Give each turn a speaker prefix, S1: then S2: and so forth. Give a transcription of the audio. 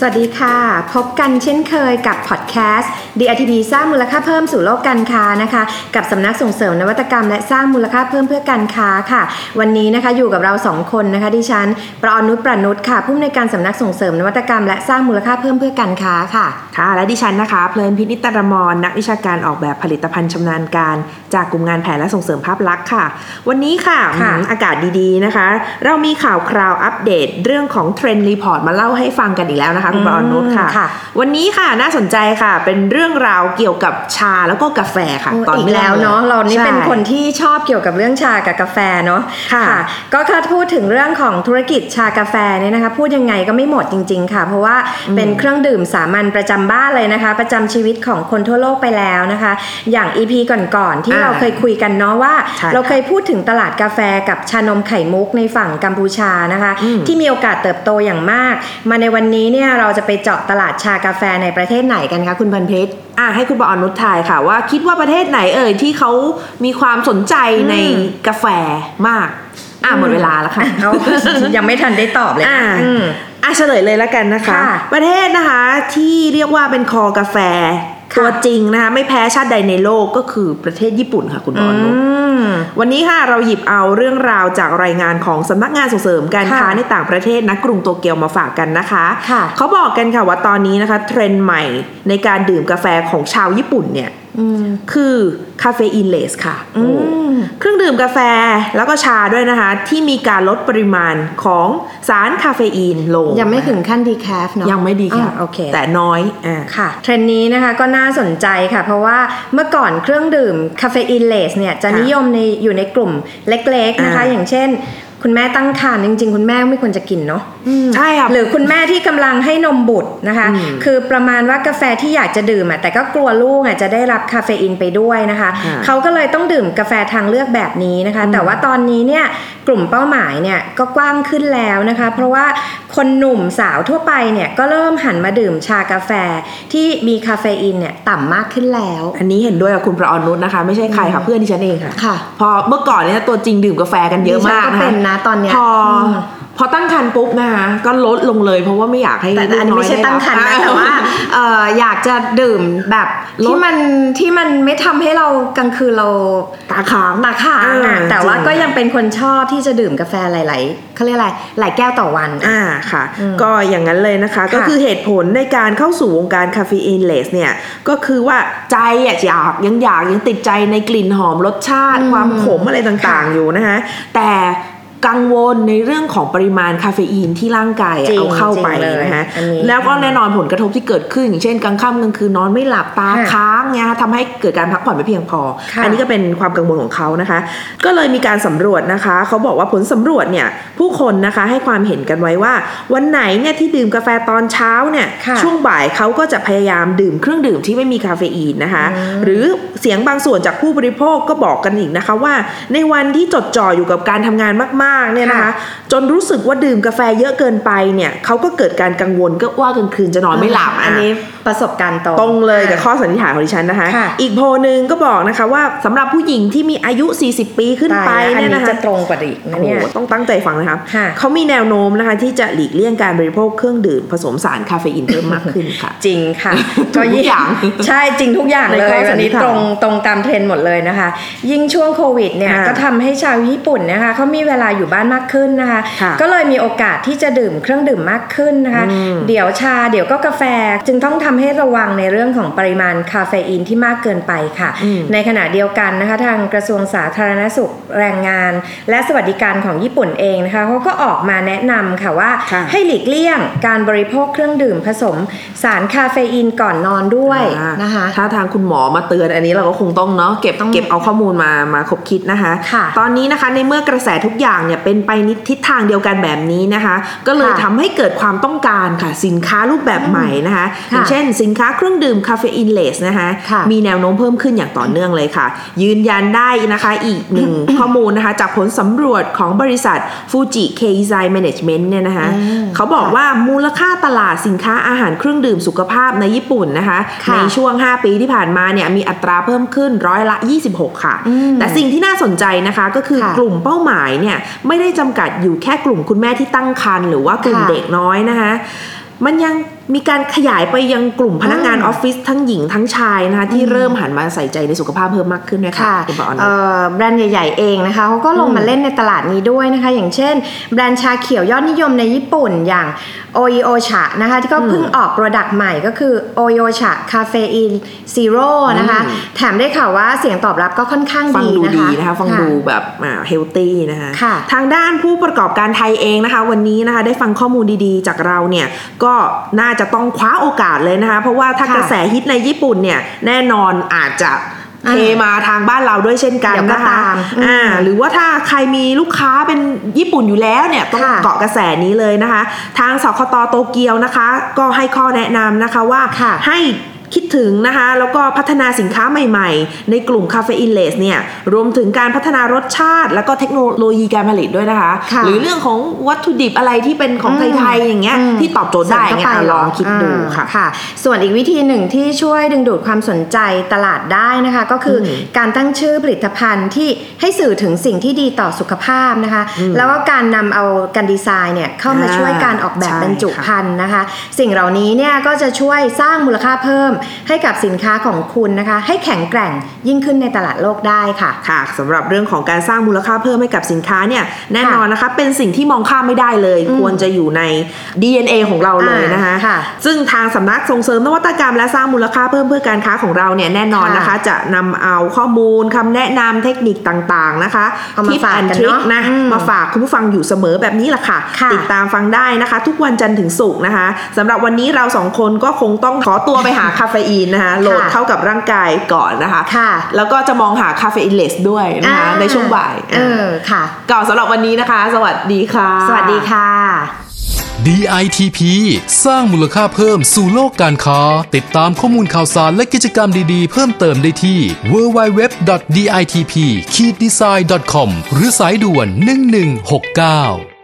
S1: สวัสดีค่ะ พบกันเช่นเคยกับพอดแคสต์ DRTP สร้างมูลค่าเพิ่มสู่โลกการค้านะคะ กับสำนักส่งเสริมนวัตกรรม และสร้างมูลค่าเพิ่มเพื่อการค้าค่ะ วันนี้นะคะอยู่กับเราสองคนนะคะดิฉันประออนุชประนุชค่ะผู้อำนวยการสำนักส่งเสริมนวัตกรรม และสร้างมูลค่าเพิ่มเพื่อการค้าค่ะ
S2: ค่ะและดิฉันนะคะ เพลินพินิตรมรนักวิชาการออกแบบผลิตภัณฑ์ชำนาญการ จากกลุ่มงานแผนและส่งเสริมภาพลักษณ์ค่ะ วันนี้ค่ะ
S1: ค่ะ
S2: อืมอากาศดีๆนะคะ เรามีข่าวคราวอัปเดตเรื่องของเทรนด์รีพอร์ตมาเล่าให้ฟังกันอีกแล้วนะคะ คุณ
S1: อืม
S2: ปอนนุชค่ะ
S1: ค่ะ
S2: วันนี้ค่ะน่าสนใจค่ะ เป็นเรื่องราวเกี่ยวกับชาแล้วก็กาแฟค่ะต่
S1: โอีก
S2: นื่ง
S1: แล้วเนาะเรานี่
S2: ใช่
S1: เป็นคนที่ชอบเกี่ยวกับเรื่องชากับกาแฟเนาะ
S2: ค่ะ
S1: ก็ถ้าพูดถึงเรื่องของธุรกิจชากาแฟเนี่ยนะคะ พูดยังไงก็ไม่หมดจริง ๆ ค่ะ เพราะว่าเป็นเครื่องดื่มสามัญประจำบ้านเลยนะคะ ประจำชีวิตของคนทั่วโลกไปแล้วนะคะ อย่าง EP ก่อนๆที่
S2: อ่า
S1: เราเคยคุยกันเนาะว่า
S2: ใช่
S1: เราเคยพูดถึงตลาดกาแฟกับชานมไข่มุกในฝั่งกัมพูชานะคะ
S2: อืม
S1: ที่มีโอกาสเติบโตอย่างมาก มาในวันนี้เนี่ยเราจะไปเจาะตลาดชากาแฟในประเทศไหนกันคะคุณพันเพชร
S2: อ่ะให้คุณปอนนุชทายค่ะ ว่าคิดว่าประเทศไหนเอ่ยที่เขามีความสนใจใน
S1: อืม
S2: กาแฟมากอ่ะหมดเวลาแล้วค่ะ
S1: เอา ยังไม่ทันได้ตอบเลยนะ
S2: อ่า
S1: อืม
S2: อ่ะเฉลยเลยแล้วกันนะคะ
S1: ค่ะ
S2: ประเทศนะคะที่เรียกว่าเป็นคอกาแฟ
S1: ค่ะ
S2: ตัวจริงนะคะ ไม่แพ้ชาติใดในโลกก็คือประเทศญี่ปุ่นค่ะคุณอ
S1: อื
S2: อนนุช
S1: ม
S2: วันนี้ค่ะเราหยิบเอาเรื่องราวจากรายงานของสำนักงานส่งเสริมการค้า
S1: ค่ะ
S2: ในต่างประเทศนะกรุงโตเกียวมาฝากกันนะคะ
S1: ค่ะ
S2: เขาบอกกันค่ะว่าตอนนี้นะคะเทรนด์ใหม่ในการดื่มกาแฟของชาวญี่ปุ่นเนี่ยคือคาเฟอีนเลสค่ะ
S1: อืม
S2: เครื่องดื่มกาแฟแล้วก็ชาด้วยนะคะ ที่มีการลดปริมาณของสารคาเฟอีนลง
S1: ยังไม่ถึงขั้นดีแคฟเนาะ
S2: ยังไม่ดีค่ะ
S1: อ่าโอเค
S2: แต่น้อยอ่า
S1: ค่ะ เทรนด์นี้นะคะก็น่าสนใจค่ะ เพราะว่าเมื่อก่อนเครื่องดื่มคาเฟอีนเลสเนี่ยจะ
S2: ค่ะ
S1: นิยมในอยู่ในกลุ่มเล็กๆนะคะ
S2: อ่า
S1: อย่างเช่น คุณแม่ตั้งครรภ์จริง ๆ คุณแม่ไม่ควรจะกินเนาะ
S2: ใช่ค่ะ
S1: หรือคุณแม่ที่กำลังให้นมบุตรนะคะ
S2: อืม
S1: คือประมาณว่ากาแฟที่อยากจะดื่มอะแต่ก็กลัวลูกอะจะได้รับคาเฟอีนไปด้วยนะคะ
S2: ค่ะ
S1: เขาก็เลยต้องดื่มกาแฟทางเลือกแบบนี้นะคะ แต่ว่าตอนนี้เนี่ยกลุ่มเป้าหมายเนี่ยก็กว้างขึ้นแล้วนะคะ เพราะว่าคนหนุ่มสาวทั่วไปเนี่ยก็เริ่มหันมาดื่มชากาแฟที่มีคาเฟอีนเนี่ยต่ำมากขึ้นแล้ว
S2: ันนี้เห็นด้วยกับคุณประออนนุชนะคะ ไม่ใช่ใครค่ะเพื่อนที่ฉันเองค่ะ
S1: ค่ะ
S2: พอเมื่อก่อนเนี่ยตัวจริงดื่มกาแฟกันเยอะมาก
S1: ดิฉันก็เป็นนะตอนเนี้ย
S2: พออ
S1: ม
S2: พอตั้งครรภ์ปุ๊บนะคะก็ลดลงเลยเพราะว่าไม่อยากให้
S1: แต่แต่อันนี้
S2: ลูก
S1: ไม่ใช่
S2: ยด้
S1: ตั้งครรภ์นะ
S2: รับ
S1: แต่ว่า เอ่ออยากจะดื่มแบบ
S2: ลด
S1: ที่มันที่มันไม่ทำให้เรากลางคืนเรา
S2: ตาค้าง
S1: ราคา
S2: เออ
S1: น่ะแต่ว่า
S2: จริง
S1: ก็ยังเป็นคนชอบที่จะดื่มกาแฟหลายๆเขาเรียกอะไร หลายแก้วต่อวัน
S2: อ่าค่ะ
S1: อืม
S2: ก็อย่างนั้นเลยนะคะ ก็คือเหตุผลในการเข้าสู่วงการคาเฟอีนเลสเนี่ย ก็คือว่าใจอะอยากยังอยากยังติดใจในกลิ่นหอมรสชาติ
S1: อืม
S2: ความขมอะไรต่างๆอยู่นะคะ แต่กังวลในเรื่องของปริมาณคาเฟอีนที่ร่างกายอะ
S1: จริง
S2: เอาเข้าไป
S1: จริงเลย
S2: นะคะ
S1: อันนี้
S2: แล้วก็แน่นอนผลกระทบที่เกิดขึ้น อย่างเช่นกลางค่ำกลางคืนนอนไม่หลับตา
S1: ค่ะ
S2: ค้างเนี่ยนะคะทำให้เกิดการพักผ่อนไม่เพียงพอ
S1: ค่ะ
S2: อันนี้ก็เป็นความกังวลของเขานะคะ ก็เลยมีการสำรวจนะคะ เขาบอกว่าผลสำรวจเนี่ย ผู้คนนะคะให้ความเห็นกันไว้ว่า วันไหนเนี่ยที่ดื่มกาแฟตอนเช้าเนี่ย
S1: ค่ะ
S2: ช่วงบ่ายเขาก็จะพยายามดื่มเครื่องดื่มที่ไม่มีคาเฟอีนนะคะ
S1: อืม
S2: หรือเสียงบางส่วนจากผู้บริโภคก็บอกกันอีกนะคะว่า ในวันที่จดจ่ออยู่กับการทำงานมากๆเนี่ยนะคะ จนรู้สึกว่าดื่มกาแฟเยอะเกินไปเนี่ยเขาก็เกิดการกังวลก็ว่ากลางคืนจะนอนไม่หลับะ
S1: อันนี้ประสบการณ์ตรง
S2: ตรงเลยกับข้อสันนิษฐานของดิฉันนะคะ
S1: ค่ะ
S2: อีกโพลหนึ่งก็บอกนะคะว่าสำหรับผู้หญิงที่มีอายุ 40 ปีขึ้นไป
S1: ตายแล้วอั
S2: เนี่ยนะ
S1: จะ
S2: คะ
S1: ตรงกว่าอีกนะ
S2: โอ้โห
S1: เนี่ย
S2: ต้องตั้งใจฟังนะคะ
S1: ค่ะ
S2: เขามีแนวโน้มนะคะที่จะหลีกเลี่ยงการบริโภคเครื่องดื่มผสมสารคาเฟอีนเพิ่มมากขึ้นค่ะ
S1: จริง ค่ะ
S2: ทุก
S1: ยิ่
S2: อย่าง
S1: ใช่จริงทุกอย่างเล
S2: ในข้
S1: ย
S2: อสั
S1: วันน
S2: นิ
S1: นี้
S2: ษฐาน
S1: ตรงตรงตามเทรนด์หมดเลยนะคะ ยิ่งช่วงโควิดเนี่ย
S2: ค่ะ
S1: ก็ทำให้ชาวญี่ปุ่นนะคะเขามีเวลาอยู่บ้านมากขึ้นนะคะ
S2: ค่ะ
S1: ก็เลยมีโอกาสที่จะดื่มเครื่องดื่มมากขึ้นนะคะ
S2: อืม
S1: เดี๋ยวชาเดี๋ยวก็กาแฟจึงต้องทำให้ระวังในเรื่องของปริมาณคาเฟอีนที่มากเกินไปค่ะ
S2: อืม
S1: ในขณะเดียวกันนะคะทางกระทรวงสาธารณสุขแรงงาน และสวัสดิการของญี่ปุ่นเองนะคะเขาก็ออกมาแนะนำค่ะว่า
S2: ค่ะ
S1: ให้หลีกเลี่ยงการบริโภคเครื่องดื่มผสมสารคาเฟอีนก่อนนอนด้วย
S2: อ่า
S1: นะคะ
S2: ถ้าทางคุณหมอมาเตือนอันนี้เราก็คงต้องเนาะเก็บ
S1: ต้อง
S2: เก็บเอาข้อมูลมามาคบคิดนะคะ
S1: ค่ะ
S2: ตอนนี้นะคะในเมื่อกระแสทุกอย่าง เนี่ยเป็นไปนิทิศทางเดียวกันแบบนี้นะคะ ก็เลย
S1: ค่ะ
S2: ทำให้เกิดความต้องการค่ะสินค้ารูปแบบใหม่นะคะ
S1: ค่ะ
S2: อย่างเช่น สินค้าเครื่องดื่มคาเฟอีนเลสนะคะ
S1: ค่ะ
S2: มีแนวโน้มเพิ่มขึ้นอย่างต่อเนื่องเลยค่ะ ยืนยันได้นะคะอีกหนึ่ง ข้อมูลนะคะจากผลสำรวจของบริษัทฟูจิเคไซแมเนจเมนต์เนี่ยนะคะ
S1: อืม
S2: เขาบอกว่ามูลค่าตลาดสินค้าอาหารเครื่องดื่มสุขภาพในญี่ปุ่นนะคะ
S1: ค่ะ
S2: ในช่วง 5 ปีที่ผ่านมาเนี่ยมีอัตราเพิ่มขึ้นร้อยละ 26 ค่ะ
S1: อืม
S2: แต่สิ่งที่น่าสนใจนะคะก็คือ
S1: ค่ะ
S2: กลุ่มเป้าหมายเนี่ยไม่ได้จำกัดอยู่แค่กลุ่มคุณแม่ที่ตั้งครรภ์หรือว่ากลุ่ม
S1: ค่ะ
S2: เด็กน้อยนะคะ มันยังมีการขยายไปยังกลุ่มพนักงาน
S1: อืม
S2: ออฟฟิศทั้งหญิงทั้งชายนะคะที่เริ่มหันมาใส่ใจในสุขภาพเพิ่มมากขึ้นด้วยค่ะ
S1: ค่ะ
S2: คุณปออน
S1: เอ่อแบรนด์ใหญ่ ๆ เองนะคะเขาก็ลงมาเล่นในตลาดนี้ด้วยนะคะ อย่างเช่น แบรนด์ชาเขียวยอดนิยมในญี่ปุ่นอย่างโอ o โอชะนะคะที่ก็เพิ่งออกโปรดักต์ใหม่ก็คือโอ o โอชะคาเฟอีนซีโร่นะคะ
S2: อืม
S1: แถมได้ข่าวว่าเสียงตอบรับก็ค่อนข้าง
S2: ฟัง
S1: ดี
S2: ดู
S1: นะ
S2: ดี
S1: คะ
S2: นะคะ ฟังดูแบบเฮลตี้นะคะ
S1: ค่ะ
S2: ทางด้านผู้ประกอบการไทยเองนะคะ วันนี้นะคะได้ฟังข้อมูลดีๆ จากเราเนี่ยก็น่าจะต้องคว้าโอกาสเลยนะคะ เพราะว่าถ้า
S1: ค่ะ
S2: กระแสฮิตในญี่ปุ่นเนี่ยแน่นอนอาจจะ
S1: อ่า
S2: เทมาทางบ้านเราด้วยเช่นกัน
S1: เดี๋ยวก็
S2: นะคะ
S1: ตามอืม
S2: อ่าหรือว่าถ้าใครมีลูกค้าเป็นญี่ปุ่นอยู่แล้วเนี่ยต้อง
S1: ค่ะ
S2: เกาะกระแสนี้เลยนะคะ ทางสคตโตเกียวนะคะ ก็ให้ข้อแนะนำนะคะว่า
S1: ค่ะ
S2: ให้คิดถึงนะคะ แล้วก็พัฒนาสินค้าใหม่ๆ ในกลุ่มคาเฟอีนเลสเนี่ยรวมถึงการพัฒนารสชาติ แล้วก็เทคโนโลยีการผลิตด้วยนะคะ
S1: ค่ะ
S2: หรือเรื่องของวัตถุดิบอะไรที่เป็นของ
S1: อืม
S2: ไทยๆอย่างเงี้ย
S1: อืม
S2: ที่ตอบโจทย์ได้อย่างเงี้ยอ่ะลองคิดดู
S1: อ่า
S2: ค่ะ
S1: ค่ะ ส่วนอีกวิธีหนึ่งที่ช่วยดึงดูดความสนใจตลาดได้นะคะ ก็คืออ
S2: ม
S1: การตั้งชื่อผลิตภัณฑ์ที่ให้สื่อถึงสิ่งที่ดีต่อสุขภาพนะคะ แล้วก็การนำเอาการดีไซน์เนี่ยเข้ามา
S2: อ่า
S1: ช่วยการออกแบบ
S2: ใช่
S1: บรรจุภัณฑ์นะคะ สิ่งเหล่านี้เนี่ยก็จะช่วยสร้างมูลค่าเพิ่มให้กับสินค้าของคุณนะคะ ให้แข็งแกร่งยิ่งขึ้นในตลาดโลกได้ค่ะ
S2: ค่ะสำหรับเรื่องของการสร้างมูลค่าเพิ่มให้กับสินค้าเนี่ยแน่นอนนะคะเป็นสิ่งที่มองข้ามไม่ได้เลย
S1: อืม
S2: ควรจะอยู่ใน DNA ของเราเลยนะคะ
S1: อ่าค่ะ
S2: ซึ่งทางสำนักส่งเสริมนวัตกรรมและสร้างมูลค่าเพิ่มเพื่อการค้าของเราเนี่ยแน่นอนนะคะ
S1: ค่ะ
S2: จะนำเอาข้อมูลคำแนะนำเทคนิคต่างๆนะคะ
S1: เอามา
S2: ทิป
S1: ฝาก
S2: แอน
S1: กัน
S2: ทริ
S1: เน
S2: ค
S1: อะ
S2: นะ
S1: อืม
S2: มาฝากคุณผู้ฟังอยู่เสมอแบบนี้แหละค่ะ
S1: ค่ะ
S2: ติดตามฟังได้นะคะ ทุกวันจันทร์ถึงศุกร์นะคะสำหรับวันนี้เราสองคนก็คงต้องขอตัวไปหาคาเฟอีนนะคะโหลด
S1: ค่ะ
S2: เข้ากับร่างกายก่อนนะคะ
S1: ค่ะ
S2: แล้วก็จะมองหาคาเฟอีนเลสด้วยนะคะ
S1: อ่า
S2: ในช่วงบ่าย
S1: เออค่ะ
S2: ก่อนสำหรับวันนี้นะคะ สวัสดีค่ะ
S1: สวัสดีค่ะ
S3: DITP สร้างมูลค่าเพิ่มสู่โลกการค้า ติดตามข้อมูลข่าวสารและกิจกรรมดีๆ เพิ่มเติมได้ที่ www.ditp-design.com หรือสายด่วน 1169